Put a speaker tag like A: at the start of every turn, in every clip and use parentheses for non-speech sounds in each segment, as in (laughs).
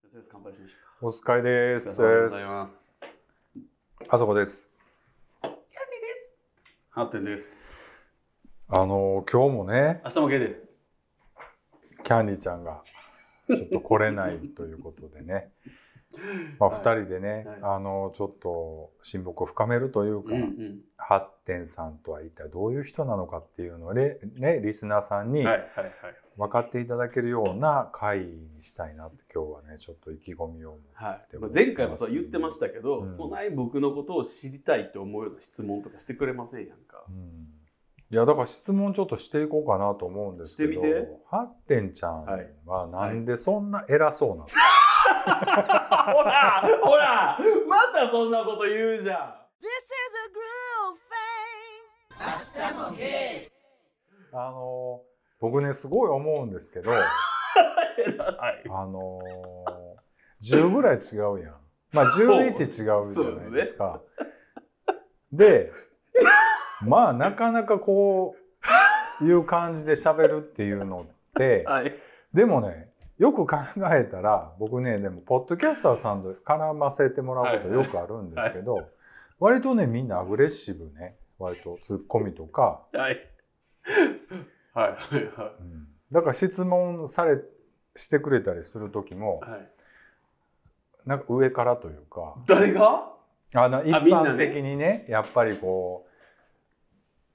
A: ちです乾杯しましょ
B: お疲れで
A: う
B: す。
A: お疲れ様でございます
B: あそこです。
A: ハッテンです
B: あの今日もね、
A: 明日もゲイです
B: キャンディちゃんがちょっと来れないということで
A: (laughs)
B: ね、まあ
A: はい
B: 二人でね、
A: はい
B: あのちょっと親睦を深めるというか、ハッテンさんとは一体どういう人なのかっていうのをね、ねリスナーさん
A: う
B: に
A: はいはい
B: 分かっていただけるような会にしたいなって今日はね、ちょっと意気込みを。
A: はい、
B: で
A: は
B: も
A: い、前回もそう言ってましたけど、
B: うん
A: そない僕のことを知りたいと思うような質問とかしてくれませんやんか
B: うんいやだから質問ちょっとしていこうかなと思うんですけど
A: してみて
B: ハッテンちゃん
A: はい
B: はなんでそんな偉そうなんですか
A: ほらほらまたそんなこと言うじゃ
C: This is a groove thing.
B: あの僕ねすごい思うんです
A: (laughs)
B: けどあ
A: んはい
B: の10ぐらい違うやんまあ11違うじ
A: そうです
B: ゃな
A: ね
B: いですかでまあなかなかこういう感じで喋るっていうのって
A: はい
B: でもねよく考えたら僕ねでもポッドキャスターさんと絡ませてもらうことよくあるんですけど、割とねみんなアグレッシブね割とツッコミとか
A: はいはいはいは
B: うんだから質問されしてくれたりする時も
A: いはい
B: なんか上からというか
A: 誰が
B: あの
A: み
B: 一
A: んな
B: 般
A: ね
B: 的にねやっぱりこう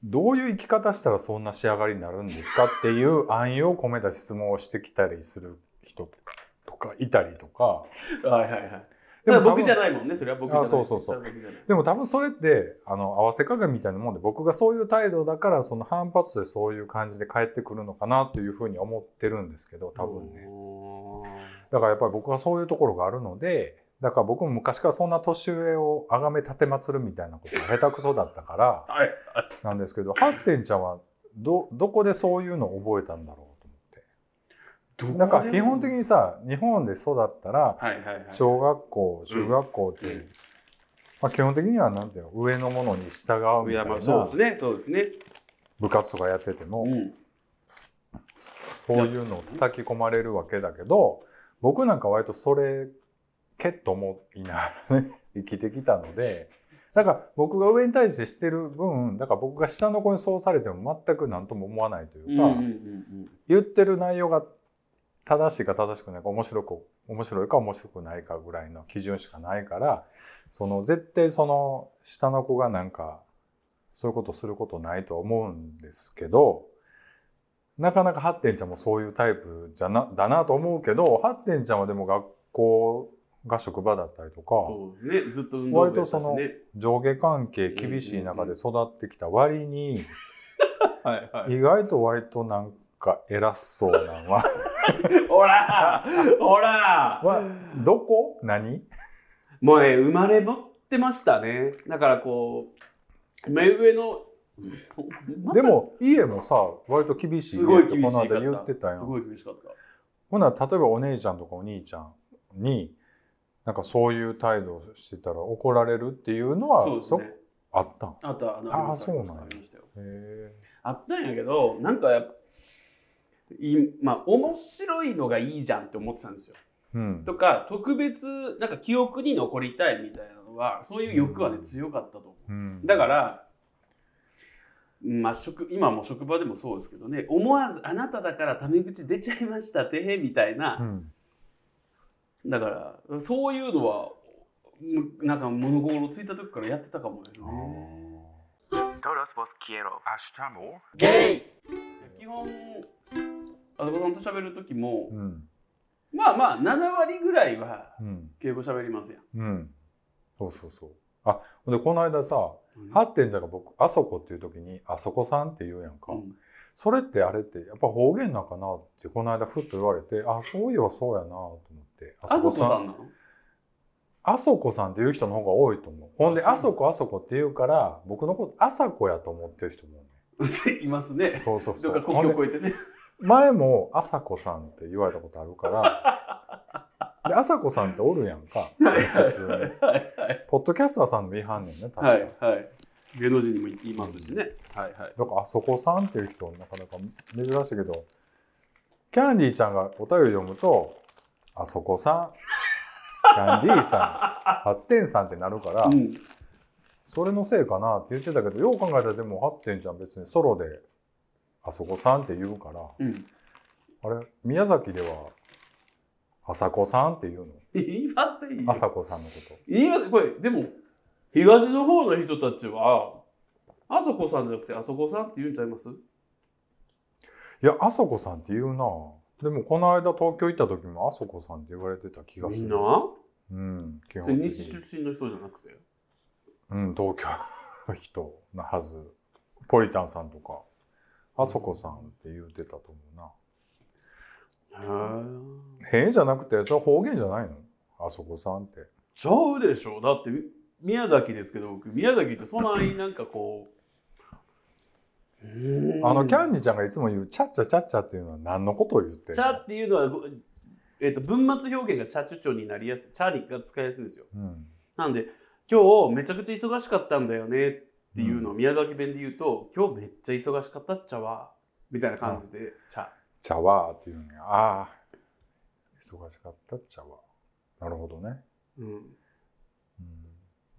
B: どういう生き方したらそんな仕上がりになるんですかっていう暗喩を込めた質問をしてきたりする人とかいたりとか
A: はいはいはい
B: で
A: で
B: も
A: も
B: 多分
A: 僕じゃないもんねそれは僕じゃない
B: あそうそうそう
A: れは僕じゃない
B: でも多分それってあの合わせ鏡みたいなもんで僕がそういう態度だからその反発でそういう感じで返ってくるのかなというふうに思ってるんですけど多分ね。
A: おー
B: だからやっぱり僕はそういうところがあるので、だから僕も昔からそんな年上を崇め立てまつるみたいなことが下手くそだったから
A: はいはい
B: なんですけど、ハッテンちゃんはど、どこでそういうのを覚えたんだろうと
A: どこで
B: 思って。なんか基本的にさ、日本で育ったら、
A: はいはいはい
B: 小学校、中学校って、
A: うん
B: まあ基本的にはなんていうの、上のものに従うみ
A: い
B: た
A: や
B: い
A: まあそう
B: な
A: ですねそうですね
B: 部活とかやってても、
A: うん
B: そういうのを叩き込まれるわけだけど、僕なんか割とそれ、けっと思いながらね、 (laughs) 生きてきたので、だから僕が上に対してしてる分、だから僕が下の子にそうされても全く何とも思わないと
A: うん
B: いう
A: う
B: か、
A: んうん
B: 言ってる内容が正しいか正しくないか、面白く、面白いか面白くないかぐらいの基準しかないから、その絶対その下の子がなんか、そういうことすることないとは思うんですけど、なかなかハッテンちゃんもそういうタイプじゃな、だなと思うけど、ハッテンちゃんはでも学校が職場だったりとか、
A: そうですねずっと運動部やったしね
B: 割上下関係厳しい中で育ってきた割に、
A: はいは
B: 意外と割となんか偉そうなのは、 (laughs)
A: いほらほら
B: はどこ何
A: もうね生まれ持ってましたねだからこう目上のま
B: でも家もさ割と厳しい
A: すご
B: 家っ
A: い
B: て
A: 厳
B: こ
A: し
B: の
A: かった
B: 間言ってたや
A: す
B: ん
A: ごい厳しかっ
B: ほな例えばお姉ちゃんとかお兄ちゃんになんかそういう態度をしてたら怒られるっていうの
A: た
B: は
A: そうですね
B: あったん
A: あとあの
B: あー
A: りました
B: そうなんや
A: ありましたよ
B: へ
A: あったんやけどなんかやっぱいまあ面白いのがいいじゃんって思ってたんですよ
B: えうん
A: とか特別なんか記憶に残りたいみたいなのはそういう欲はね強かったと思う
B: うん
A: だから、まあ、職今も職場でもそうですけどね思わず「あなただからタメ口出ちゃいましたてへ」みたいうな、
B: ん
A: だからそういうのはむなんか物心ついた時からやってたかもです
B: あ
A: ね。
B: ー
A: 基本あそこさんと喋る時も、
B: うん
A: まあまあ7割ぐらいは
B: うん
A: 敬語喋りますやん。
B: うんそうそうそうあほんでこの間さ
A: っ
B: ハッテンちゃんが僕「あそこ」っていう時に「あそこさん」って言うやんか、
A: うん
B: それってあれってやっぱ方言なんかなってこの間ふっと言われてあそういえばそうやなと思って
A: あそこさ
B: ん
A: んなの
B: あそこさんっていう人の方が多いと思うほんで
A: あ
B: あ
A: そう
B: そこあそこって言うから僕のことあさこやと思ってる人も
A: (laughs) います
B: ね
A: ね。
B: そうそうそ
A: と
B: う
A: か国境
B: ほんで
A: を越えてね。
B: 前もあさこさんって言われたことあるから
A: (laughs)
B: であさこさんっておるやんか
A: はいはい
B: 普通
A: はい
B: に
A: はい
B: ポッドキャスターさんでも言いはんねんね確か、
A: はいはい。芸能人にも言いますしね。はいはい。
B: なんかあそこさんっていう人なかなか珍しいけどキャンディーちゃんがお便り読むと「あそこさんキャンディーさん、8点さんってなるから、
A: うん、
B: それのせいかなって言ってたけど、よう考えたらでも8点ちゃん別にソロで、あそこさんって言うから、
A: うん、
B: あれ、宮崎では、あさこさんって言う
A: 言いません
B: のあ
A: よ
B: さこさんのこと。
A: 言いませんこれでも東の方の人たちはあそこさんじゃなくてあそこさんって言うんちゃいます
B: いや、あそこさんって言うなでもこの間東京行った時もあそこさんって言われてた気が
A: みん
B: する。
A: な
B: うん、基本
A: 西
B: 的に。
A: 出身の人じゃなくて
B: うん、東京の人なはず。ポリタンさんとか、あそこさんって言うてたと思うな。
A: へえ
B: 変じゃなくて、それ方言じゃないのあそこさんって。
A: ちゃうでしょだってみ宮崎ですけど僕宮崎ってそないなんかこううーん
B: あの、キャンディちゃんがいつも言う、ちゃっちゃちゃっちゃっていうのは何のことを言ってんの
A: チャっていうのは、ごえっと文末表現がチャチュチョになりやすいチャリが使いやすいんですよ
B: うん。
A: なんで今日めちゃくちゃ忙しかったんだよねっていうのを宮崎弁で言うと、今日めっちゃ忙しかったっちゃわみたいな感じでチャ
B: ちゃわーっていうのが、ああ、忙しかったっちゃわ。なるほどね。
A: うん
B: うん。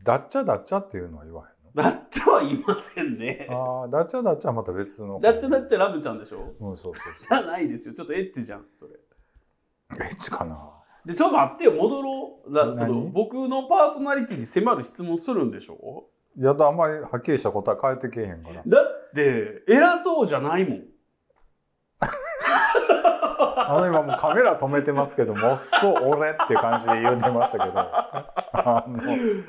B: だっちゃだっちゃっていうのは言わへんの
A: だっちゃは言いませんね
B: ああ、ダッチャダッチャはまた別の。
A: だっちゃだっちゃラブちゃんでしょ
B: うん、そうそう
A: じ
B: そう。
A: ゃないですよちょっとエッチじゃんそれ
B: エッチかな。
A: でちょっと待ってよ戻ろうだ
B: 何
A: その僕のパーソナリティに迫る質問するんでしょ
B: いやだ、あんまりはっきりした答え変えてけえへんから。
A: だって偉そうじゃないもん
B: あの今もうカメラ止めてますけど、もっそ俺って感じで言うてましたけど。あの、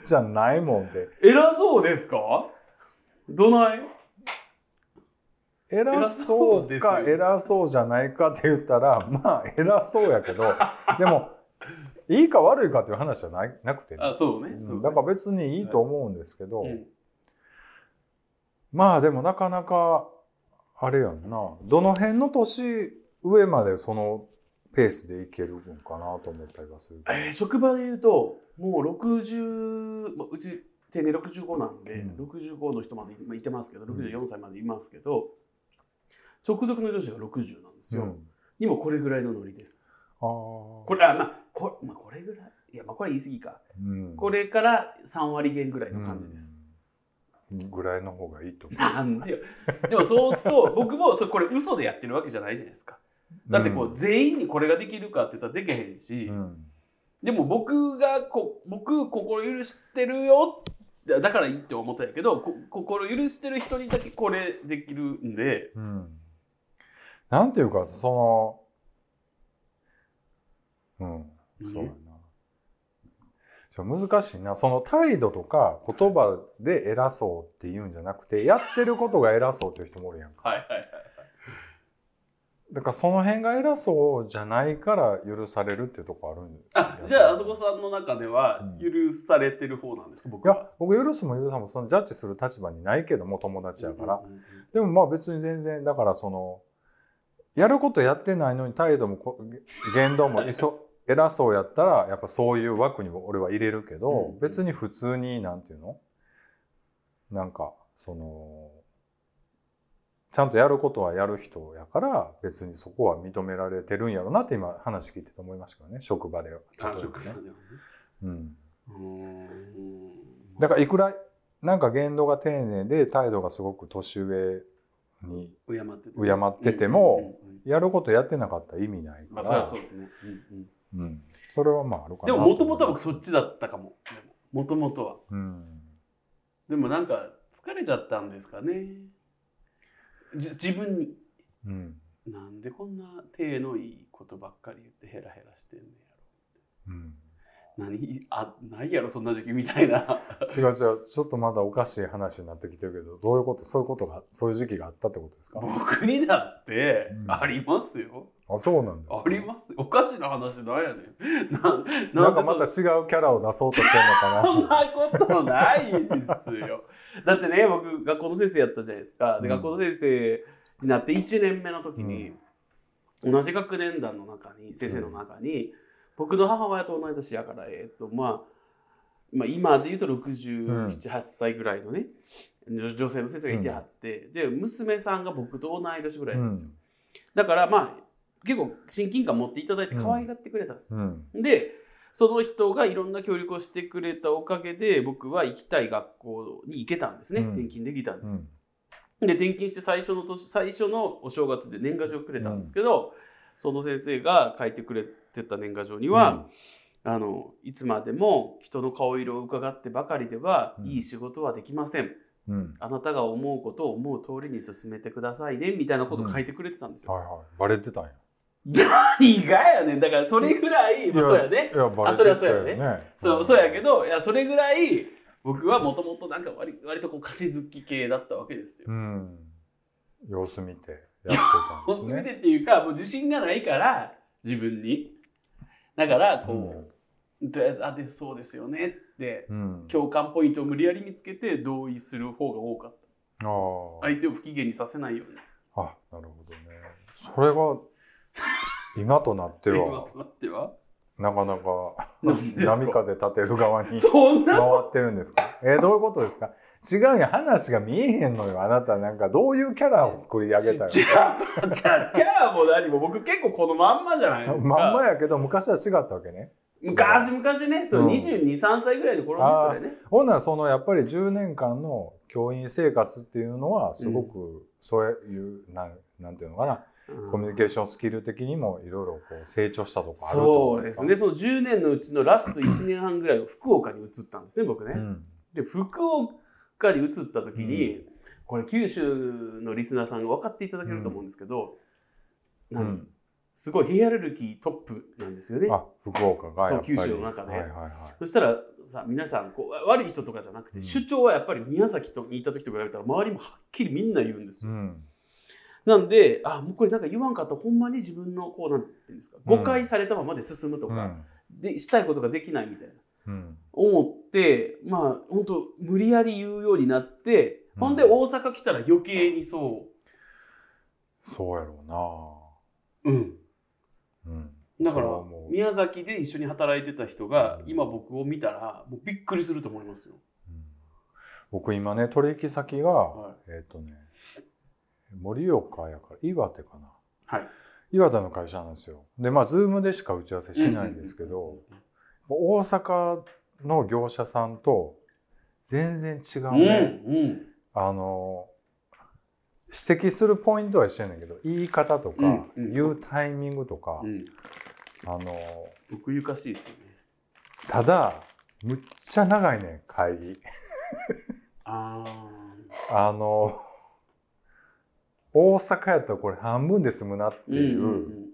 B: じゃないもんで。
A: 偉そうですかどない
B: 偉そ
A: 偉そう
B: う
A: です
B: か
A: よ
B: 偉そうじゃないかって言ったら、まあ偉そうやけど、でも、いいか悪いかっていう話じゃないなくてね、
A: あそうね
B: う
A: そうんね
B: だから別にいいと思うんですけど、
A: うん
B: まあでもなかなか、あれやんな、どの辺の年上までそのペースでいけるのかなと思ったりはするけど。
A: えー職場で言うともう60、まあ、うち定年65なんで、
B: うん
A: 65の人まで今いてますけど64歳までいますけど、直属の上司が60なんですよ、
B: うん
A: にもこれぐらいのノリです
B: あ
A: こ
B: こ
A: れあ、まあ、こまあこれぐらいいやまあこれ言い過ぎか
B: うん、
A: これから3割減ぐらいの感じです、
B: うん。ぐらいの方がいいと思う。
A: なんでよでもそうすると僕もそれこれ嘘でやってるわけじゃないじゃないですか (laughs) だってこう、全員にこれができるかって言ったらできへんし、
B: うん、
A: でも僕がこ僕心許してるよだだからいいって思ったんやけどこ心許してる人にだけこれできるんで
B: うん。なんていうか、その、うん、そうやな。ちょ難しいな。その態度とか言葉で偉そうって言うんじゃなくて、やってることが偉そうっていう人もおるやんか。
A: はいはいはい
B: だからその辺が偉そうじゃないから許されるっていうとこあるんです
A: あじゃああそこさんの中では許されてる方なんですか、僕
B: いや
A: は。
B: 僕許すも許さんもそのジャッジする立場にないけども友達やか
A: う
B: ら、
A: んうんうん
B: でもまあ別に全然だからそのやることやってないのに態度もこ言動もいそ (laughs) 偉そうやったらやっぱそういう枠にも俺は入れるけど、
A: うん
B: 別に普通になんていうのなんかそのちゃんとやることはやる人やから別にそこは認められてるんやろうなって今話聞いてて思いましたけどね職場では
A: あ
B: 例えば
A: 職場
B: ね
A: ではね
B: うん、
A: うーん
B: だからいくらなんか言動が丁寧で態度がすごく年上に
A: 敬ってて
B: 敬ってても、
A: うんうんうん
B: やることやってなかったら意味ない
A: ま
B: か
A: あそり
B: ら、
A: ゃそうですね、うんうん
B: うん、それはまああるかな
A: でももともとは僕そっ
B: ち、
A: ちだったかももともとは
B: うん、
A: でもなんか疲れちゃったんですかねじ自分に
B: うん
A: なんでこんな手のいいことばっかり言ってヘラヘラしてんね
B: うん、
A: やろ何あないやろそんな時期みたい
B: (laughs)
A: な
B: 違う違うちょっとまだおかしい話になってきてるけどどういうことそういうことがそういう時期があったってことですか
A: 僕にだって
B: うん
A: ありますよ、
B: あそうなんです
A: ありますおかしな話なんやねんなん
B: な
A: なん
B: んかま
A: で
B: た違うキャラを出そうとしてるのか
A: そん
B: な
A: (laughs) なことないですよだってね僕学校の先生やったじゃないですかで
B: うん
A: 学校の先生になって1年目の時に、同じ学年団の中に先生の中に、僕の母親と同い年やからえっとまあまあ、今で言うと
B: うん
A: 678歳ぐらいのね、女女性の先生がいてはって、で娘さんが僕と同い年ぐらいなんですよ、だからまあ結構親近感持っていただいて可愛がってくれたんですよ
B: うんうん
A: でその人がいろんな協力をしてくれたおかげで僕は行きたい学校に行けたんですね、
B: うん
A: 転勤できたん
B: う
A: です、
B: ん
A: で転勤して最初の年最初のお正月で年賀状くれたんですけど、その先生が書いてくれてた年賀状には、あのいつまでも人の顔色を伺ってばかりでは
B: うん
A: いい仕事はできません、
B: うん
A: あなたが思うことを思う通りに進めてくださいねみたいなことを書いてくれてたんですよ。
B: はいはいバレてたんや
A: 意外やねだからそれぐらい、まあ、そうやね
B: いやバレ
A: あ
B: てたよね
A: それはそうやね
B: ね
A: そうそうやけどいやそれぐらい僕はもともとなんか割割とこう歌詞好き系だったわけですよ。
B: うん様子見て
A: (laughs)
B: やってたんです
A: 本
B: ね
A: 当見てっていうかもう自信がないから自分に。だからこう、とりあえずあでそうですよねって
B: うん、
A: 共感ポイントを無理やり見つけて同意する方が多かった
B: あー
A: 相手を不機嫌にさせないように
B: あなるほどねそれが今となっ
A: (laughs)
B: て
A: 今
B: は
A: となっては
B: なかなか
A: なんですか
B: 波風立てる側
A: (laughs)
B: に
A: そん
B: 回
A: な
B: ってるんですかえーどういうことですか違うよ話が見えへんのよあなたなんかどういうキャラを作り上げたよ
A: じゃあじゃあキャラも何も僕結構このまんまじゃないですか
B: まんまやけど昔は違ったわけね
A: 昔昔ねそううん2 2三3歳ぐらいの頃ね
B: あー
A: それね
B: ほんならそのやっぱり10年間の教員生活っていうのはすごくそういうなんなんていうのかなコミュニケーションスキル的にもいろいろこう成長したとこあると
A: そう
B: 思
A: です
B: か
A: ねその10年のうちのラスト1年半ぐらいを福岡に移ったんですね僕ね、
B: うん
A: で福岡に移った時に、これ九州のリスナーさんが分かっていただけると思うんですけど、
B: う
A: 何
B: ん
A: すごいヒアルルキートップなんですよね
B: あ福岡がやっぱり
A: そう九州の中で
B: はいはいはい
A: そしたらさ皆さんこうわ悪い人とかじゃなくて、
B: うん
A: 主張はやっぱり宮崎とにいた時と比べたら周りもはっきりみんな言うんです
B: う
A: よ、
B: ん
A: なんであもうこれなんか言わんかったらほんまに自分のこうなんていうんですか
B: うん
A: 誤解されたままで進むと
B: う
A: か、
B: ん
A: でしたいことができないみたいな
B: うん
A: 思ってまあ本当無理やり言うようになって、
B: うん
A: ほんで大阪来たら余計にそ
B: そうやろ
A: う、うん、
B: うなうん
A: だから
B: それはもう
A: 宮崎で一緒に働いてた人が
B: うん
A: 今僕を見たらもうびっくりすると思いますよ。
B: うん僕今ね取引先が、
A: は
B: えっ、とね盛岡やから岩手かな
A: はい
B: 岩手の会社なんですよでまあズームでしか打ち合わせしないんですけど、大阪の業者さんと全然違
A: う
B: う
A: う
B: ん
A: ん
B: ね、あの指摘するポイントは一緒やねんけど言い方とか、
A: うんうん
B: 言うタイミングとか、
A: うんうん
B: あの
A: 奥ゆかしいですよね。
B: ただむっちゃ長いねん会議
A: ああ
B: あの (laughs) 大阪やったらこれ半分で済むなって
A: うんうん
B: いう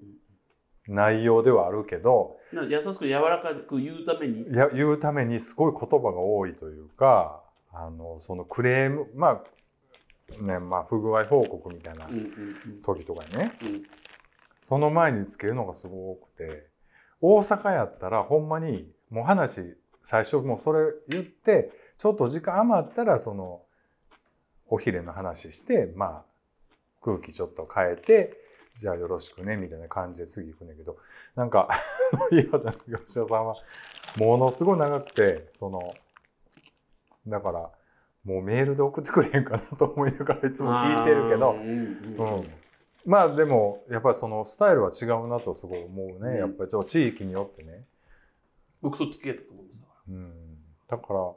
B: 内容ではあるけど、
A: うんなんか優しく柔らかく言うために
B: いや言うためにすごい言葉が多いというかあのそのクレームまあねまあ不具合報告みたいな
A: うんうんうん
B: 時とかにね
A: うん
B: その前につけるのがすごくて大阪やったらほんまにもう話最初もうそれ言ってちょっと時間余ったらそのおひれの話してまあ空気ちょっと変えてじゃあよろしくねみたいな感じで次行くねんだけどなんか岩田の業者さんはものすごい長くてそのだからもうメールで送ってくれへんかなと思いながらいつも聞いてるけど
A: あーうんうん
B: うんまあでもやっぱりそのスタイルは違うなとすごい思うね、
A: うん
B: やっぱりちょっと地域によってね、
A: 僕そっち系だと思うんですよ
B: うん、だから、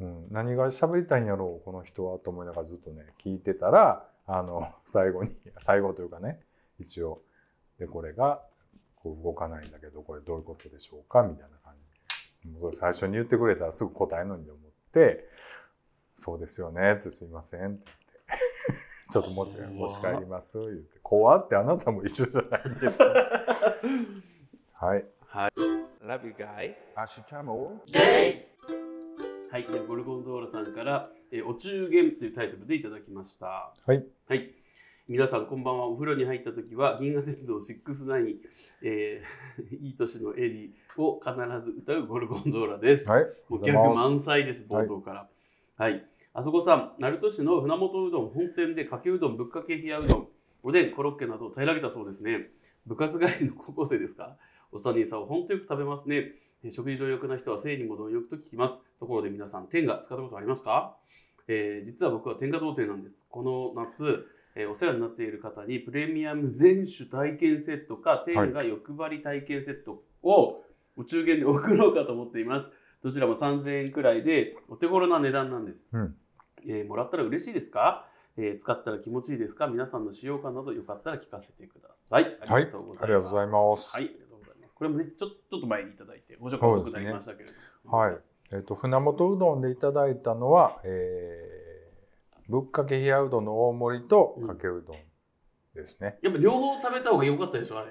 B: うん、何が喋りたいんやろうこの人はと思いながらずっとね聞いてたらあの (laughs) 最後に最後というかね一応でこれがこう動かないんだけどこれどういうことでしょうかみたいな感じもうそれ最初に言ってくれたらすぐ答えるのに思って「そうですよね」って「すいません」って言って (laughs) 「ちょっと持ち持ち帰ります」言って「怖ってあなたも一緒じゃないんですか」 (laughs) はい。
A: Love you guys
B: 明日も
A: はい、ではゴルゴンゾーラさんから、えーお中元というタイトルでいただきました。
B: はい。
A: はい。皆さんこんばんは。お風呂に入った時は銀河鉄道69、えー (laughs) いい年のエリーを必ず歌うゴルゴンゾーラです。
B: はい。
A: もうギャグ満載です、冒頭から。はい。あそこさん、鳴門市の船本うどん本店でかけうどん、ぶっかけ冷やうどん、おでん、コロッケなどを平らげたそうですね。部活帰りの高校生ですかお三人さんは本当よく食べますね。えー食事の欲な人は性にも貪欲と聞きます。ところで皆さん、天が使ったことありますか、えー実は僕は天下童貞なんです。この夏、えーお世話になっている方にプレミアム全種体験セットか、天が欲張り体験セットをお中元で送ろうかと思っています。どちらも3000円くらいでお手頃な値段なんです。
B: うん
A: えーもらったら嬉しいですか、えー使ったら気持ちいいですか皆さんの使用感などよかったら聞かせてください。ありがとうご
B: あ
A: ざい
B: りが
A: ま
B: とう
A: す。
B: ございます。
A: はい、ありがとうございます。これもね、ちょちょっと前にいただいて、ご紹介遅くなりましたけれども。
B: はい。えっ、と、船本うどんでいただいたのは、えー、ぶっかけ冷やうどんの大盛りとかけうどんですね。
A: やっぱ両方食べた方が良かったでしょ、あれ。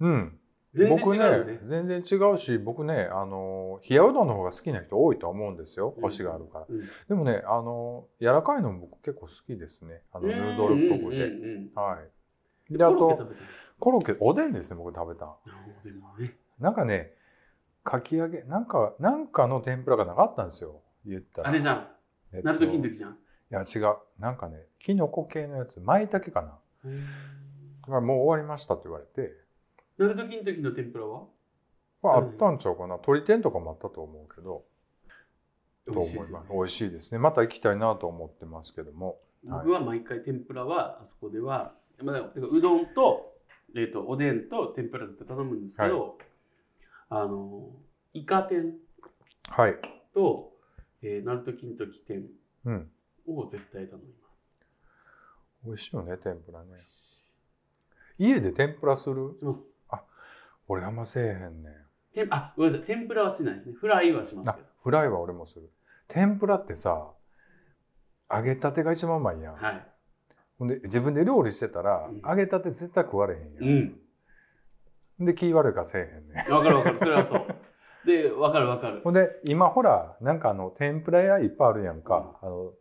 B: うん。
A: 全然
B: 僕
A: 違う
B: ね
A: よね。
B: 全然違うし、僕ね、あのー、冷やうどんの方が好きな人多いとは思うんですよ。コシがあるから。
A: うん
B: でもね、あのー、柔らかいのも僕結構好きですね。あの、ヌードルっぽく
A: うん
B: て。
A: うんうん
B: はい。
A: で
B: で、あ
A: コロッケ
B: と、
A: 食べてる
B: コロッケ、おでんですね、僕食べたの。
A: なるほどでもね
B: なんかね、かき揚げ、なんか、なんかの天ぷらがなかったんですよ。言ったら。
A: あれじゃん。
B: えっと
A: ナルト金時じゃん。
B: いや違うなんかねキノコ系のやつ舞茸かながもう終わりましたって言われて、
A: ナルト金時の天ぷらは
B: まあ、あ
A: うん
B: ったんちゃうかな鳥天とかもあったと思うけど
A: 美味しいですよね
B: と思います美味しいですねまた行きたいなと思ってますけどもはい
A: 僕は毎回天ぷらはあそこでは、まあ、てかうどんと,、えー、とおでんと天ぷらずっと頼むんですけど、あのイカ天
B: はい
A: と、えー、ナルト金時天
B: うん
A: を絶対頼みま
B: 美味しいよね天ぷらね
A: す。
B: 家で天ぷらする
A: します
B: 俺あんませえへんね
A: 天あごめんなさい天ぷらはしないですねフライはしま
B: ん
A: す
B: あ
A: けど。
B: フライは俺もする天ぷらってさ揚げたてが一番うまいやん、
A: はい、
B: ほんで自分で料理してたら、
A: うん
B: 揚げたて絶対食われへんや、
A: うんん
B: で気悪いからせえへんねん
A: わかるわかるそれはそうでわかるわかる
B: ほんで今ほらなんかあの天ぷら屋いっぱいあるやんか、あの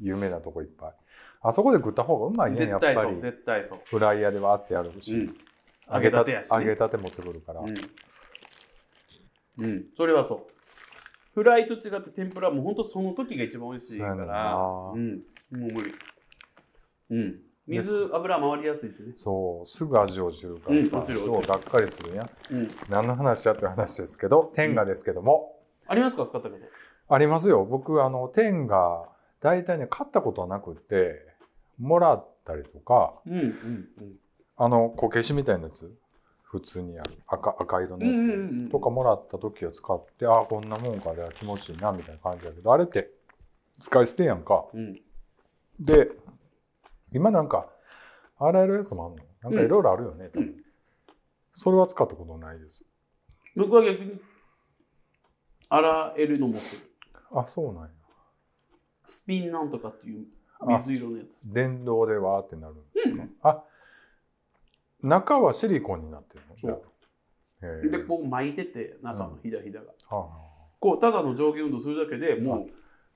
B: 有名なとこいっぱいあそこで食った方がうまいねや
A: 絶
B: っ
A: 対
B: ぱ
A: そう
B: り
A: 絶対そう、
B: フライヤーでわーってやるし、
A: うん揚げたてやしね
B: 揚げたて持ってくるから、
A: うん、うん、それはそうフライと違って天ぷらはもうほんとその時が一番美味しいから
B: そうやねんな
A: うんもう無理うん水油回りやすいしね
B: そうすぐ味落ちるからさ、
A: うん落ちる
B: そう
A: 落ちる
B: がっかりするやん
A: うん
B: 何の話やっていう話ですけど天下ですけども、
A: ありますか使ったこと
B: ありますよ僕あの天下大体ね買ったことはなくってもらったりとか
A: うんうんうん
B: あのこけしみたいなやつ普通にある赤赤色のやつ、
A: うんうんうん
B: とかもらった時は使ってああこんなもんかで気持ちいいなみたいな感じだけどあれって使い捨てやんか
A: うん
B: で今なんか洗えるやつもあんのなんかいろいろあるよね、多
A: う
B: 分
A: ん
B: それは使ったことないです
A: 僕は逆に洗えるのもする
B: あそうなんや
A: スピンなんとかっていう
B: あ
A: 水色のやつ
B: 電動でわーってなるんですか、
A: うん
B: あ中はシリコンになってるの
A: そう
B: へー
A: でこう巻いてて中のひだひだが、
B: はあは
A: こうただの上下運動するだけでもう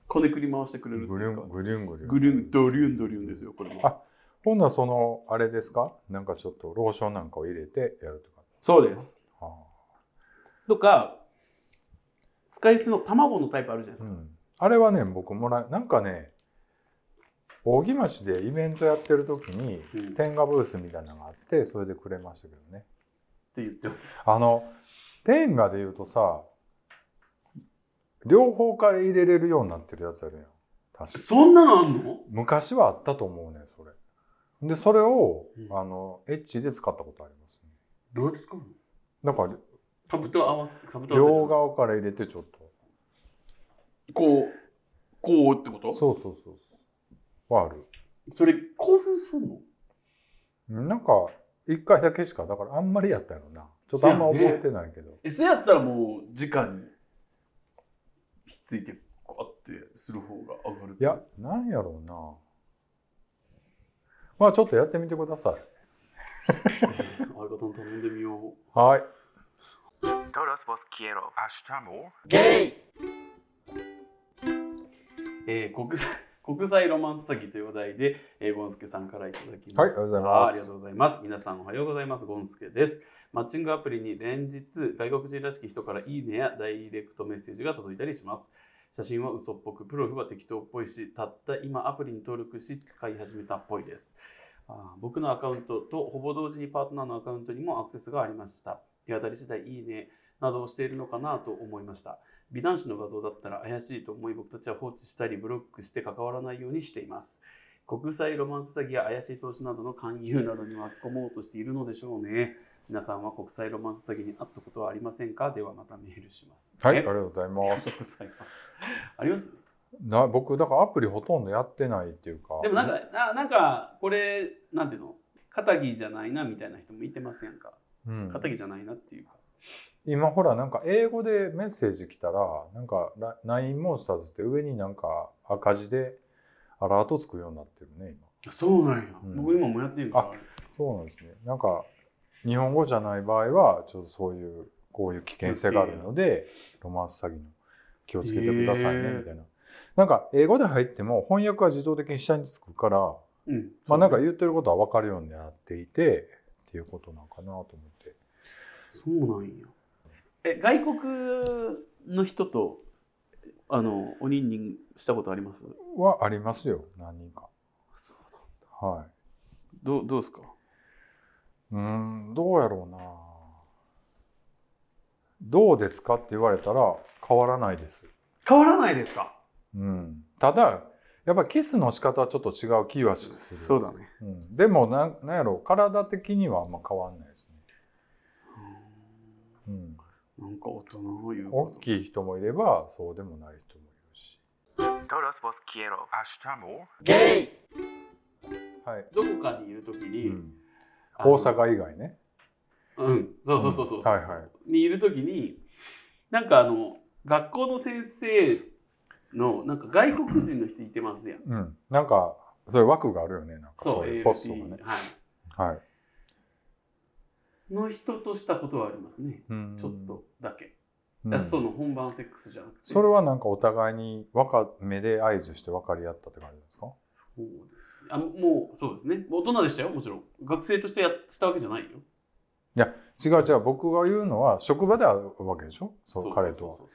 A: こねくり回してく
B: あ
A: れるって
B: ぐ
A: い
B: る
A: うんか
B: ぐるんぐるん
A: ぐるんドリュンドリュンですよこれも
B: あほんならそのあれですかなんかちょっとローションなんかを入れてやるとか
A: そうです
B: あ
A: とか使い捨ての卵のタイプあるじゃないで
B: あ,、う
A: すか、
B: ん、あれはね僕もらなんかね扇町でイベントやってる時に
A: うんって
B: 天下ブースみたいなのがあってそれでくれましたけどね
A: 言ってます
B: あの天下で言うとさ両方から入れれるようになってるやつあるやん確か
A: そんなのあんの
B: 昔はあったと思うねそれでそれを、
A: うん
B: あのエッチで使ったことありますね
A: どうですか
B: だから
A: かぶと合わせかぶと
B: 両
A: 合わ
B: 側から入れてちょっと
A: せこうこうってことそ
B: そうそうそうそう。はある。
A: れ興奮すんの
B: なんか、一回だけしか、だからあんまりやったやろな。ちょっとあんま覚えてないけど。
A: えそれやったらもう直にひっついてこうやってする方が上がる
B: いや、なんやろうな。まあちょっとやってみてください。
A: (laughs) 相方に頼んでみよう
B: はい。
D: Todos vos quiero.
A: えー国際 (laughs) 国際ロマンス詐欺というお題で、えー、ゴンスケさんからいただき
B: は
A: ま
B: いありが
A: した。
B: とうございます
A: ありがとうございます。皆さんおはようございます。ゴンスケです。マッチングアプリに連日、外国人らしき人からいいねやダイレクトメッセージが届いたりします。写真は嘘っぽく、プロフは適当っぽいし、たった今アプリに登録し、使い始めたっぽいです。あー僕のアカウントとほぼ同時にパートナーのアカウントにもアクセスがありました。手当たり次第いいねなどをしているのかなと思いました。美男子の画像だったら怪しいと思い僕たちは放置したりブロックして関わらないようにしています。国際ロマンス詐欺や怪しい投資などの勧誘などに巻き込もうとしているのでしょうね。皆さんは国際ロマンス詐欺に遭ったことはありませんかではまたメールします、
B: はい、あ
A: ね
B: りがとうござい
A: あり
B: ま
A: がと
B: す
A: う。ございます。あります
B: な僕だからアプリほとんどやってないっていう
A: (laughs)
B: か
A: でもなんか、ななんかこれ、なんていうの、肩着じゃないなみたいな人もいてますやんか。
B: うん
A: 肩着じゃないなっていうか。
B: 今ほらなんか英語でメッセージ来たらなんかラ「ナインモンスターズ」って上になんか赤字でアラートつくようになってるね今
A: そうなんや。
B: うん
A: 僕今もやってるから。
B: そうなんですねなんか日本語じゃない場合はちょっとそういうこういう危険性があるのでロマンス詐欺の気をつけてください
A: へ
B: ね
A: ー
B: みたいな、なんか英語で入っても翻訳は自動的に下につくから
A: うん。
B: まあなんか言ってることは分かるようになっていてっていうことなんかなと思って
A: そうなんや。え、外国の人と、あの、おにんにんしたことあります
B: はありますよ何人か
A: そうだ。
B: はい。
A: どうどうですか
B: うーん、どうやろうな。どうですかって言われたら変わらないです。
A: 変わらないですか
B: うん、ただ、やっぱキスの仕方はちょっと違う気はす
A: そ
B: る。
A: うだね。
B: うん、でもなん、なんやろう、体的にはあんま変わらないですね。うん、
A: なんか大人の言う
B: 大
A: こと。
B: きい人もいれば、そうでもない人もいるし。
D: Todos vos quiero. Hasta more.
A: ゲイ
B: はい。
A: どこかにいるときに、
B: うん、
A: あの
B: 大。阪以外ね。
A: うん、そうそうそうそう、
B: うんはいは
A: にいるときに、なんかあの、学校の先生の、なんか外国人の人いてますやん。
B: うん、なんか、そういう枠があるよね。なんか
A: そう、
B: い
A: ALP
B: うポストがね。
A: は
B: はい。
A: い。の人としたことはありますね。
B: うん
A: ちょっとだけ。
B: うん
A: だからその本番セックスじゃなくて。
B: それはなんかお互いにわか目で合図して分かり合ったって感じですか
A: そうですね。あもう、そうですね。大人でしたよ、もちろん。学生としてやしたわけじゃないよ。
B: 違う違う僕が言うのは職場で会うわけでしょそう彼とは
A: そうそ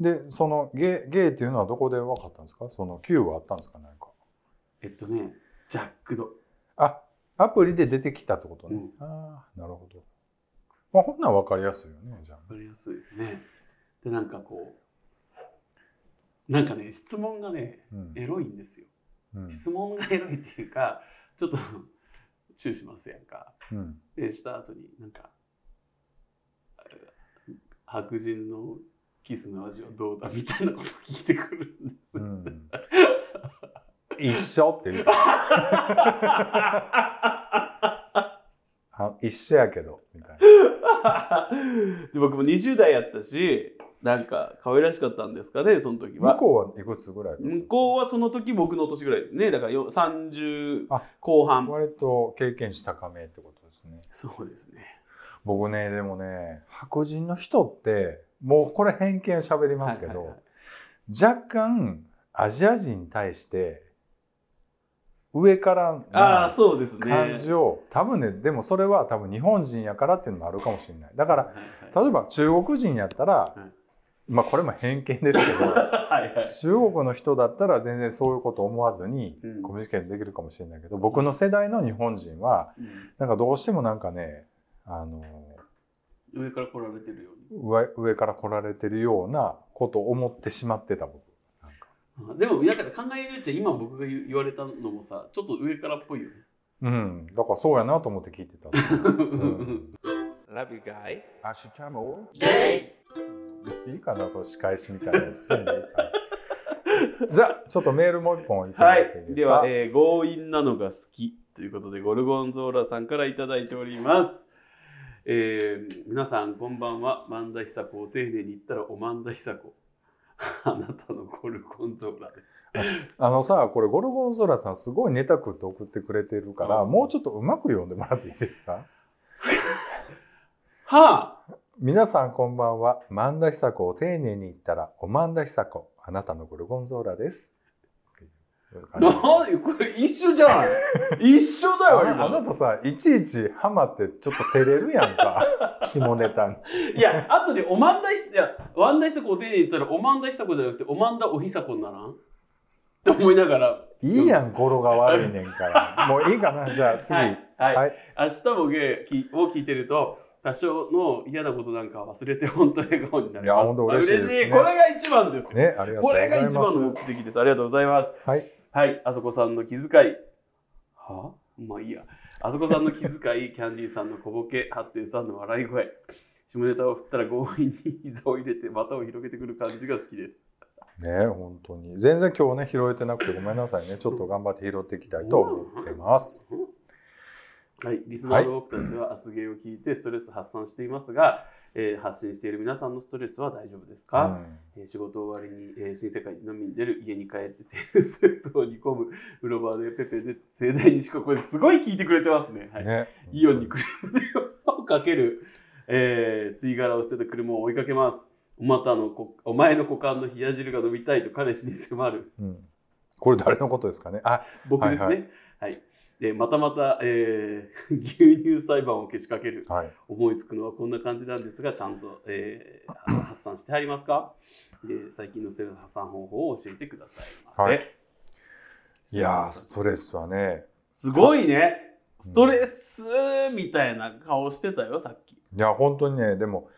A: う
B: でそのゲイゲイっていうのはどこで分かったんですかその Q はあったんですか何か
A: えっとね、ジャックド。
B: あアプリで出てきたってことね、
A: う
B: ああなるほどまあほんなん分かりやすいよねじゃあ
A: わかりやすいですね。で、なんかこう、なんかね、質問がね、
B: うん
A: エロいんですよ。
B: うん
A: 質問がエロいっていうか、ちょっと (laughs) チューしますやんか。
B: うん
A: で、した後に、なんか、あ白人のキスの味はどうだみたいなこと聞いてくるんです。
B: うん (laughs) 一緒って言うとあ一緒やけどみたいな
A: (laughs) で僕も20代やったしなんか可愛らしかったんですかねその時は
B: 向こうはいくつぐらいだったんですか
A: 向こうはその時僕の年ぐらいですねだからよ30
B: あ
A: 後半
B: 割と経験値高めってことですね
A: そうですね
B: 僕ねでもね白人の人ってもうこれ偏見喋りますけど、
A: はいはいはい
B: 若干アジア人に対して上から
A: ああ
B: な
A: そうですね
B: 感じを、多分ねでもそれは多分日本人やからっていうのもあるかもしれないだから
A: はい
B: 例えば中国人やったら、
A: い
B: まあこれも偏見ですけど
A: (laughs) はいはいはい
B: 中国の人だったら全然そういうこと思わずに
A: うん
B: コミュニケーションできるかもしれないけど、僕の世代の日本人は
A: うん
B: なんかどうしてもなんかね、あの
A: 上から来られてるよう
B: 上上から来られてるようなことを思ってしまってた僕なんか
A: にあでもなんか考えるうちは今僕が言言われたのもさちょっと上からっぽいよね
B: うんだからそうやなと思って聞いてた、うん、
D: Love you guys.
B: 明日もいいかなその仕返しみたいなことせんでいいかなじゃあちょっとメールもう一本いた
A: は
B: だいてい
A: い
B: いで
A: です
B: か、
A: は、えー強引なのが好きということでゴルゴンゾーラさんからいただいておりますえー皆さんこんばんは萬田久子を丁寧に言ったらお萬田久子 (laughs) あなたのゴルゴンゾーラです
B: あのさこれゴルゴンゾーラさんすごいネタ食って送ってくれてるから、
A: うん
B: もうちょっとうまく読んでもらっていいですか
A: はあ
B: 皆さんこんばんは。萬田久子を丁寧に言ったら、お萬田久子、あなたのゴルゴンゾーラです。
A: なんでこれ一緒じ (laughs) ゃん一緒だよ
B: ああな
A: 今
B: たさ、いちいちハマってちょっと照れるや
A: (laughs)
B: んか。下ネタに。
A: いやあとでお萬田久いや萬田久子を丁寧に言ったらお萬田久子じゃなくてお萬田お久子にならんって思いながら
B: いいやん、語呂が悪いねん
A: (laughs)
B: から。もういいかなじゃあ次。
A: はい、はい
B: はい
A: 明日もゲイを聞いてると多少の嫌なことなんかは忘れて本当笑顔になります
B: いや本当嬉しいですね
A: あ嬉しいこれが一番ですよ、
B: ね、ありがとうご
A: こ
B: ざ
A: れ
B: いま
A: が
B: す。
A: 一番の目的ですありがとうございます
B: はい。
A: はいあそこさんの気遣いはまあいいや。あそこさんの気遣 (laughs) い、キャンディーさんの小ボケ、ハッテンさんの笑い声。下ネタを振ったら強引に膝を入れて股を広げてくる感じが好きです。
B: ね本当に全然今日ね拾えてなくてごめんなさいねちょっと頑張って拾っていきたいと思ってます
A: はい、リスナーの僕たちは、アスゲーを聞いてストレス発散していますが、えー発信している皆さんのストレスは大丈夫ですか、えー仕事終わりに、えー新世界に飲みに出る、家に帰ってテールスープを煮込む、風呂場でペペで盛大にしか、これすごい聞いてくれてますね。は
B: うん
A: い、
B: ね
A: イオンにクレーム電話をかける、えー吸い殻を捨てた車を追いかけます。おまたのこお前の股間の冷や汁が飲みたいと彼氏に迫る。
B: うんこれ誰のことですかねあ
A: 僕ですね。はい、でまたまた、えー (laughs) 牛乳裁判をけしかける。
B: はい
A: 思いつくのはこんな感じなんですが、ちゃんと、えー発散してありますか、えー最近のストレス発散方法を教えてくださいませ。、
B: はいいやーストレスはね
A: すごいね。ストレスみたいな顔してたよ、さっき。
B: いや本当にねでも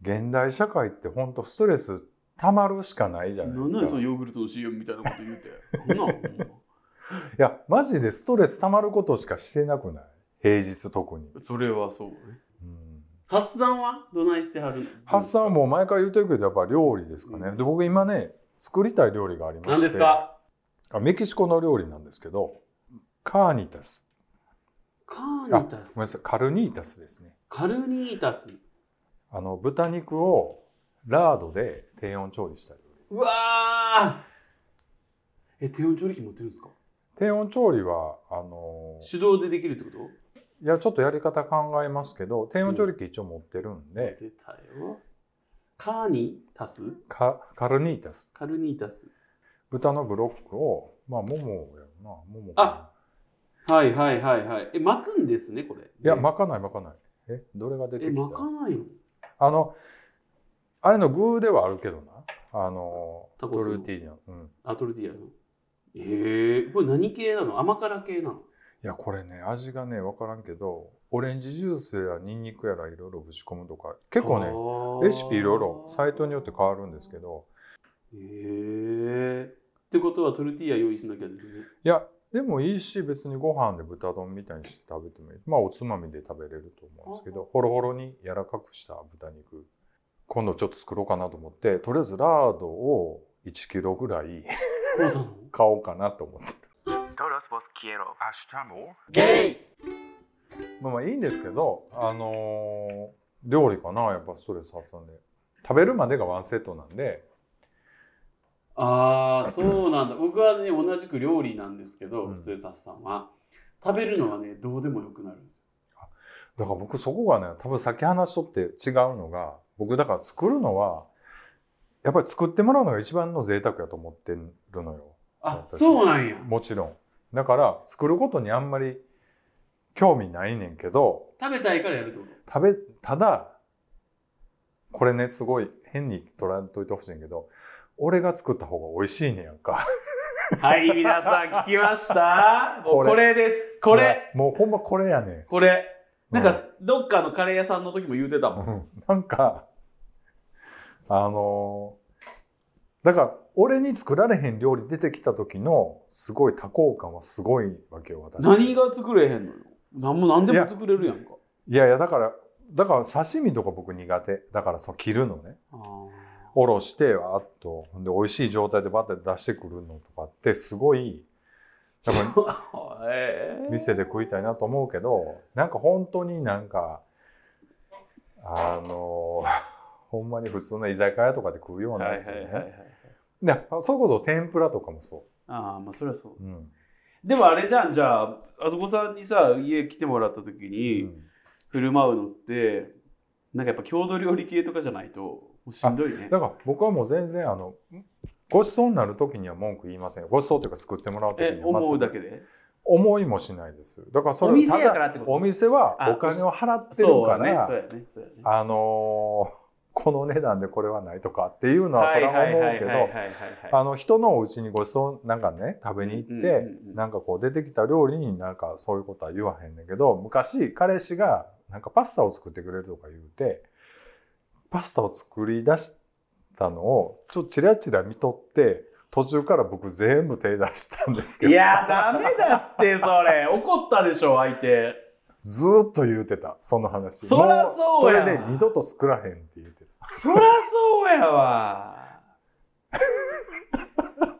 B: 現代社会って本当ストレスたまるしかないじゃ
A: な
B: ない
A: ん
B: です
A: な
B: か
A: にそのヨーグルトの CM みたいなこと言うて。 (laughs) そんなのほんま
B: いやマジでストレスたまることしかしてなくない平日特に、
A: それはそうね。
B: うん
A: 発散はどないしてはるの
B: 発散はもう前から言ってるけどやっぱ料理ですかね、
A: うん
B: で僕今ね作りたい料理がありま
A: 何
B: して
A: ですか
B: あメキシコの料理なんですけどカーニタス
A: カーニタ
B: ごめんな
A: ス。
B: さいカルニータスですね
A: カルニータス。
B: あの豚肉をラードで低温調理したり
A: うわーえ、低温調理器持ってるんですか
B: 低温調理はあの
A: 手動でできるってこと
B: いやちょっとやり方考えますけど低温調理器一応持ってるんで、
A: 出たよ。カーニタス
B: カカルニータス
A: カルニータス。豚
B: 豚のブロックをまあももやろなももかな
A: はいはいはいはい。え、巻くんですね、これ。
B: いや、
A: ね
B: 巻かない巻かない。え、どれが出て
A: え、
B: きた
A: 巻かないの
B: あの、あれの具ではあるけどな。あの、
A: タ
B: ト
A: コスの
B: ルティーニャ。うん。い
A: あ、トルティーヤの。えー、これ何系なの甘辛系なの
B: や、これね、味がね、わからんけど、オレンジジュースやニンニクやらいろいろぶち込むとか、結構ね、
A: 構
B: レシピいろいろ、サイトによって変わるんですけど、
A: えー、ってことはトルティーヤ用意しなきゃですね。
B: いや、でもいいし、別にご飯で豚丼みたいにして食べてもいい。まあ、おつまみで食べれると思うんですけど、ほろほろに柔らかくした豚肉。今度ちょっと作ろうかなと思って、とりあえずラードを1キロぐらい
A: こうなの
B: 買おうかなと思って。
D: Todos vos quiero. Hasta more.
A: ゲイ
B: まあまあいいんですけど、あのー料理かな、やっぱストレス発散で。食べるまでがワンセットなんで、
A: ああ、そうなんだ。僕はね、同じく料理なんですけ
B: う
A: ど、
B: ん
A: ストレサスさんは。食べるのはね、どうでもよくなるんですよ。
B: だから僕そこがね、多分さっき話しとって違うのが、僕だから作るのは、やっぱり作ってもらうのが一番の贅沢やと思ってるのよ。
A: あ、
B: 私
A: そうなんや。
B: もちろん。だから作ることにあんまり興味ないねんけど、
A: 食べたいからやるってこと
B: 食べ、ただ、これね、すごい変に取らんといてほしいんやけど、俺が作った方が美味しいねやんか。
A: はい、皆さん聞きましたもう
B: これ
A: これです。これ。
B: (laughs) もうほんまこれやねん。
A: これ。なん
B: う
A: か、どっかのカレー屋さんの時も言うてたもん。
B: うんなんか、あのーだから、俺に作られへん料理出てきた時のすごい多幸感はすごいわけよ、私。
A: 何
B: い
A: が作れへんのよ。何も何でも作れるやんか。
B: やいや、だから、だから刺身とか僕苦手。だから、その切るのね。
A: あー
B: おろして、わーっと、ほんで、美味しい状態でバッて出してくるのとかって、すごい、だから、
A: えー
B: (laughs) 店で食いたいなと思うけど、なんか本当になんか、あの、 (laughs) ほんまに普通の居酒屋とかで食うよ
A: は
B: う
A: い
B: な
A: はい
B: やつよ
A: はい
B: ね。
A: はい。
B: でそれこそ天ぷらとかもそ
A: ああ、まあそれはそう
B: う。。うん。
A: でもあれじゃん、じゃあ、あそこさんにさ、家来てもらった時に、振る舞うのってなんかやっぱ郷土料理系とかじゃないともうしんどいね
B: だから僕はもう全然、あの、ごちそうになる時には文句言いませんよ。ごちそうというか作ってもらう時
A: え
B: には全く
A: 思うだけで
B: 思いもしないです。だからそれ
A: お店や
B: た
A: か
B: だ
A: らってこと
B: お店は
A: あ
B: お金を払ってる
A: そう
B: か
A: やね
B: ら、
A: そうやねそうやね
B: あのー (laughs) この値段でこれはないとかっていうのはそれは思うけど、あの人のお家にごちそうなんかね食べに行って、
A: うんうんうん
B: なんかこう出てきた料理になんかそういうことは言わへんねんけど昔彼氏がなんかパスタを作ってくれるとか言うてパスタを作り出したのをちょっとチラチラ見とって途中から僕全部手出したんですけ
A: い
B: ど
A: や、ダメだって、それ。怒ったでしょ、相手。
B: ずーっと言うてたその話
A: そらそうや
B: もそれで二度と作らへんって言ってた
A: そらそうや
B: (laughs)
A: わ。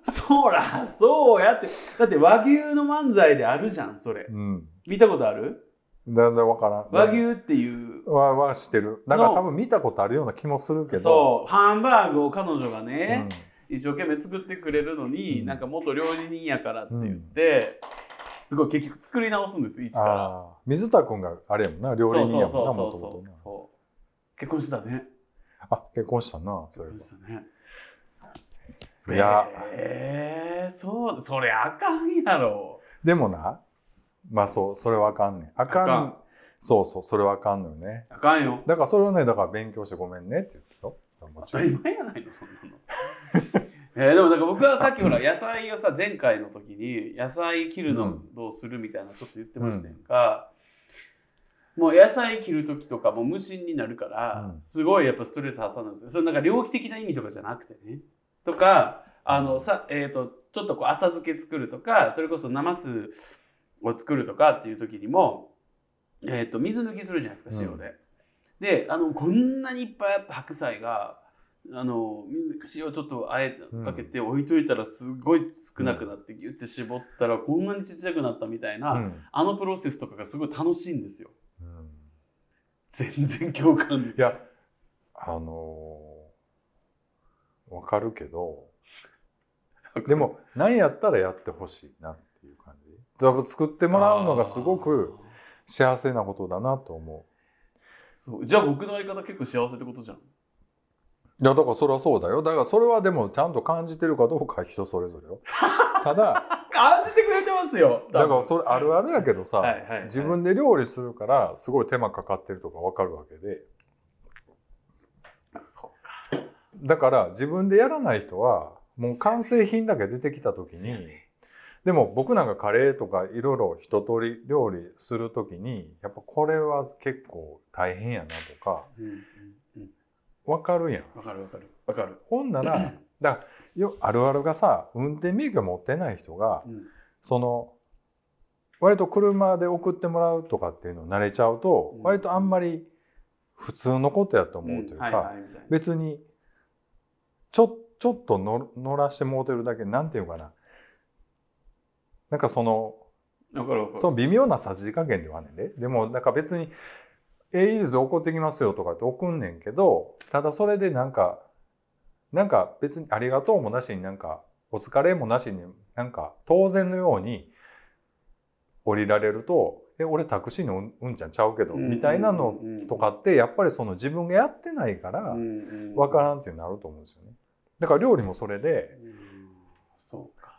A: そらそうやって。だって和牛の漫才であるじゃん、それ。
B: うん
A: 見たことある
B: だんだんわからん
A: 和牛っていう。
B: ははしてるなんか
A: の
B: 多分見たことあるような気もするけど
A: そう、ハンバーグを彼女が
B: う
A: ね
B: ん、
A: 一生懸命作ってくれるのに、
B: うん
A: なんか元料理人やからって言って、すごい結局作り直すんです、一から。
B: ああ水田君があれやもんな料理人やもんな
A: そう
B: も
A: そ
B: と
A: うそ
B: もと
A: うそう。結婚したね。
B: あ結婚したなそれ
A: 結婚したね。
B: いや
A: えー、そう、それあかんやろ。
B: でもなまあそうそれはあかんねんあかん
A: あかん
B: そうそうそれはあかんのよね
A: あかんよ。
B: だからそれをねだから勉強してごめんねって言ってよもち
A: 当
B: ろ
A: た
B: ん
A: り前やないのそんなの。 (laughs) えーでもなんか僕はさっきほら野菜をさ前回の時に野菜切る
B: う
A: の
B: ん
A: どうするみたいなちょっと言ってましたやんか、もう野菜切る時とかもう無心になるから
B: うん
A: すごいやっぱストレス発散なんですよそれなんか猟奇的な意味とかじゃなくてねとかあのさえっ、とちょっとこう浅漬け作るとかそれこそなますを作るとかっていう時にも、えー、と水抜きするじゃないですか塩で。であのこんなにいっぱいあった白菜があの水塩ちょっとあえ
B: うん
A: かけて置いといたらすごい少なくなってギュッて絞ったらこんなにちっちゃくなったみたいな、
B: うん
A: あのプロセスとかがすごい楽しいんですよ。
B: うん
A: 全然共感でき
B: いやあのーわかるけど
A: ない
B: でも何やったらやってほしいなっていう感じ多分作ってもらうのがすごく
A: あー
B: 幸せなことだなと思
A: そうじゃあ僕の相方結構幸せってことじゃん。
B: ういやだからそれはそうだよだからそれはでもちゃんと感じてるかどうかは人それぞれ (laughs) よただ
A: 感じてくれてますよ。
B: だからそれあるあ
A: る
B: るやけどさ、
A: はいはいはい
B: 自分で料理するからすごい手間かかってるとかわかるわけで
A: そう
B: だから自分でやらない人はもう完成品だけ出てきた時
A: そうや
B: にでも僕なんかカレーとかいろいろ一通り料理する時にやっぱこれは結構大変やなとか
A: うんうんうん
B: わかるやん。
A: わかるわかるわかる。
B: ほん
A: (clears throat)
B: ならだからよあるあるがさ運転免許持ってない人が
A: うん
B: その割と車で送ってもらうとかっていうの慣れちゃうと
A: うん
B: 割とあんまり普通のことやと思うという
A: うんは
B: か
A: いはいみたいな
B: 別にちょちょっとの乗らしてもうてるだけなんていうかななんかその
A: わかるわかる。
B: その微妙なさじ加減ではあんねんででもなんか別に「えいいですよ送ってきますよ」とかって送んねんけどただそれでなんかなんか別に「ありがとう」もなしになんか「お疲れ」もなしになんか当然のように降りられると「え俺タクシーのうんうんちゃんちゃうけど」みたいなのとかってやっぱりその自分がやってないからわ
A: 分
B: からんっていうのあると思うんですよね。だから料理もそれで
A: そうか。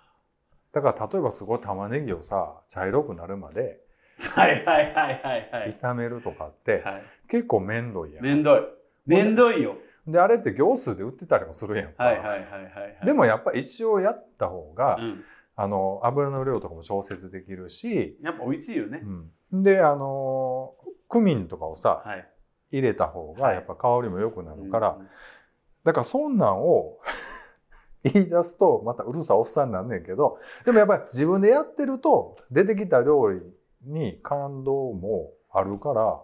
B: だから例えばすごい玉ねぎをさ茶色くなるまで
A: (laughs) はいはいはいはいはい。
B: 炒めるとかって
A: はい、
B: 結構めんどいやん。
A: めんどい。めんどいよ。
B: であれって行数で売ってたりもするやんか、
A: はいはいはいはい、はい。
B: で、もやっぱ一応やった方が、
A: うん、
B: あの油の量とかも調節できるし、
A: やっぱ美味しいよね。
B: うんであのクミンとかをさ
A: はい。
B: 入れた方が
A: はい
B: やっぱ香りも良くなるから、
A: うん
B: だからそんなんを (laughs) 言い出すとまたうるさいおっさんなんねんけどでもやっぱり自分でやってると出てきた料理に感動もあるから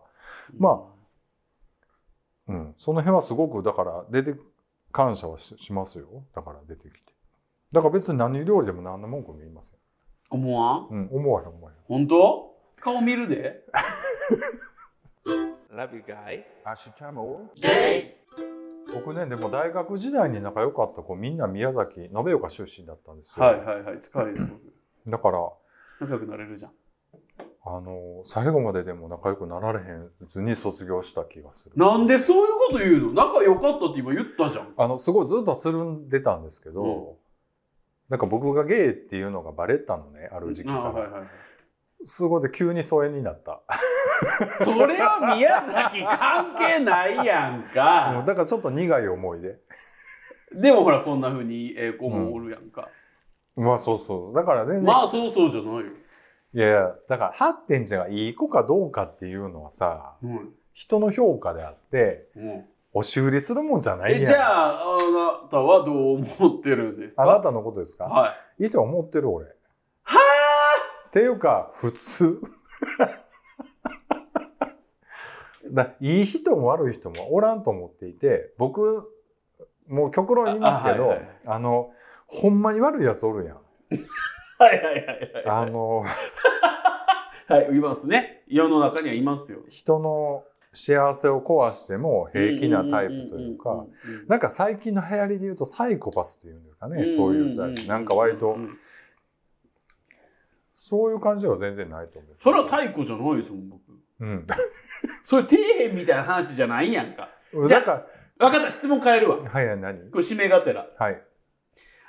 B: まうん、その辺はすごくだから出て感謝はししますよだから出てきてだから別に何料理でも何の文句も言いません、
A: 思わん
B: うん、思わへん思わへん
A: 本当顔見るで。Love you guys.
D: 明日も
B: 僕ねでも大学時代に仲良かった子みんな宮崎延岡出身だったんですよ、
A: はいはいはい。近いです。
B: だから
A: 仲良くなれるじゃん。
B: あの最後まででも仲良くなられへんずに卒業した気がする
A: なんでそういうこと言うの仲良かったって今言ったじゃん。
B: あのすごいずっとつるんでたんですけ
A: う
B: ど、なんか僕がゲイっていうのがバレたのねある時期か
A: あはい
B: ら、
A: はいはい。
B: すごいで急に疎遠になった
A: それは宮崎関係ないやん (laughs)
B: (laughs) もう
A: か。
B: だからちょっと苦い思い出
A: でもほらこんな風にえー子もおるやんか。
B: まあそうそう。だから全然。
A: まあそうそうじゃないよ。
B: いやいや、だから、ハッテンちゃんがいい子かどうかっていうのはさ、
A: うん
B: 人の評価であって、
A: うん。
B: 押し売りするもんじゃないやん
A: えじゃああなたはどう思ってるんですか
B: あなたのことですか
A: はい
B: いと思ってる俺。は
A: は
B: あっていうか、普通。 (laughs) だいい人も悪い人もおらんと思っていて、僕、もう極論言いますけど、あ,、
A: あはいはいはい
B: の、ほんまに悪いやつおるやん。
A: いはいはいはい
B: あ
A: はい
B: の、
A: はいいますね世の中にはいますよ
B: 人の幸せを壊しても平気なタイプというか、なんか最近の流行りで言うとサイコパスっていうんですかね、そういうタイプ。なんか割と、そういう感じは全然ないと思う。
A: それは最高じゃないですもん僕
B: うん。 (laughs)
A: それ底辺みたいな話じゃないやんかじゃ
B: なんか、
A: 分かった質問変えるわ
B: はいはい、何
A: これ締めがてら
B: はい。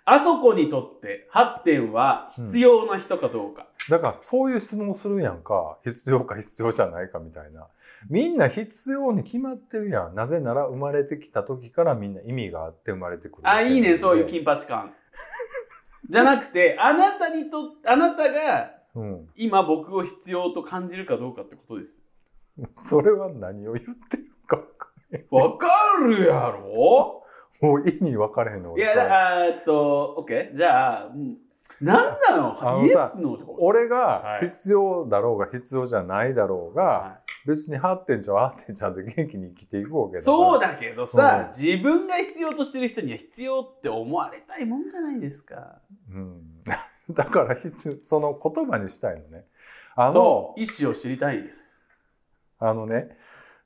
A: あそこにとって発展は必要な人かどうか、
B: だから、そういう質問するやんか。必要か必要じゃないかみたいな。みんな必要に決まってるやん。なぜなら生まれてきた時からみんな意味があって生まれてくる。
A: あいいねそういう。金八感じゃなくてあなたにとあなたが
B: うん。
A: 今僕を必要と感じるかどうかってことです
B: それは何を言ってるか分か
A: わかるやろ
B: ん。もう意味分かれへんの。
A: い
B: 俺
A: や
B: さ
A: だえっとオッケーじゃあうん何な
B: あ
A: の
B: の
A: イエ
B: さ
A: スのとこ
B: 俺
A: は
B: が
A: い
B: 必要だろうが必要じゃないだろうが、
A: は
B: 別に発展ちゃん (laughs) 発展ちゃんで元気に生きていこうけ
A: い
B: ど
A: そう
B: だ
A: だけどさ、
B: うん
A: 自分が必要としてる人には必要って思われたいもんじゃないですか
B: うん、 (laughs) だから必要その言葉にしたいのねあの
A: そう意思を知りたいです
B: あのね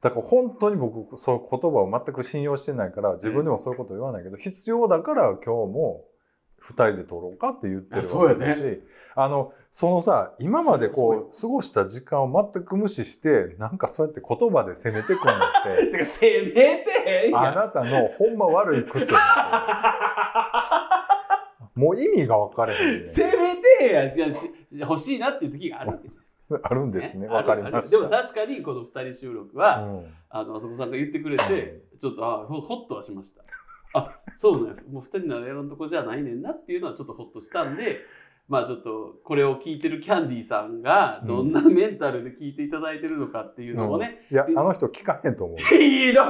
B: だから本当に僕そういう言葉を全く信用してないから自分でもそういうこと言わないけど、必要だから今日も2人で撮ろうかって言ってるわけだ
A: いや
B: し、
A: そう
B: あのそのさ今まで
A: そう
B: こう過ごした時間を全く無視してなんかそうやって言葉で責めてくるのっ
A: (laughs)
B: て
A: てかせめてへんやん
B: あなたのほんま悪い
A: (laughs)
B: 癖もう意味が分かれへん、ね、
A: せめてやじゃあし欲しいなっていう時があるわけじゃないですか
B: あるんですね
A: あ
B: 分
A: る
B: かりまし
A: あるでも
B: た
A: 確かにこの2人収録は、
B: うん
A: あのあそこさんが言ってくれて、ちょっとあほほっとはしました。あそうなんや、もう2人ならやらんとこじゃないねんなっていうのはちょっとほっとしたんで、まあちょっとこれを聞いてるキャンディーさんがどんなメンタルで聞いていただいてるのかっていうのをね、
B: いやあの人聞かへんと思う
A: (laughs) ひど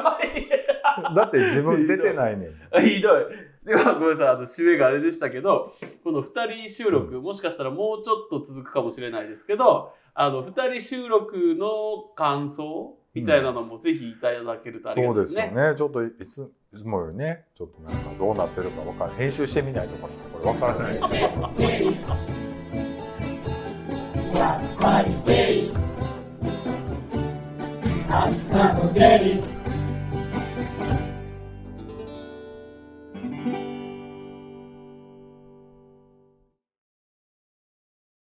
B: だって自分出てないね
A: (laughs)
B: ん
A: いひどいではごめんなさいあの締めがあれでしたけどこの2人収録、もしかしたらもうちょっと続くかもしれないですけどあの2人収録の感想みたいなのもぜひいただけるとあり
B: そ
A: がた
B: う
A: いで
B: で
A: す
B: す
A: ね
B: よ。ねちょっといついつもよりねちょっとなんかどうなってるか分からない編集してみないとこれこれ分からないですよ
E: Hasta luego.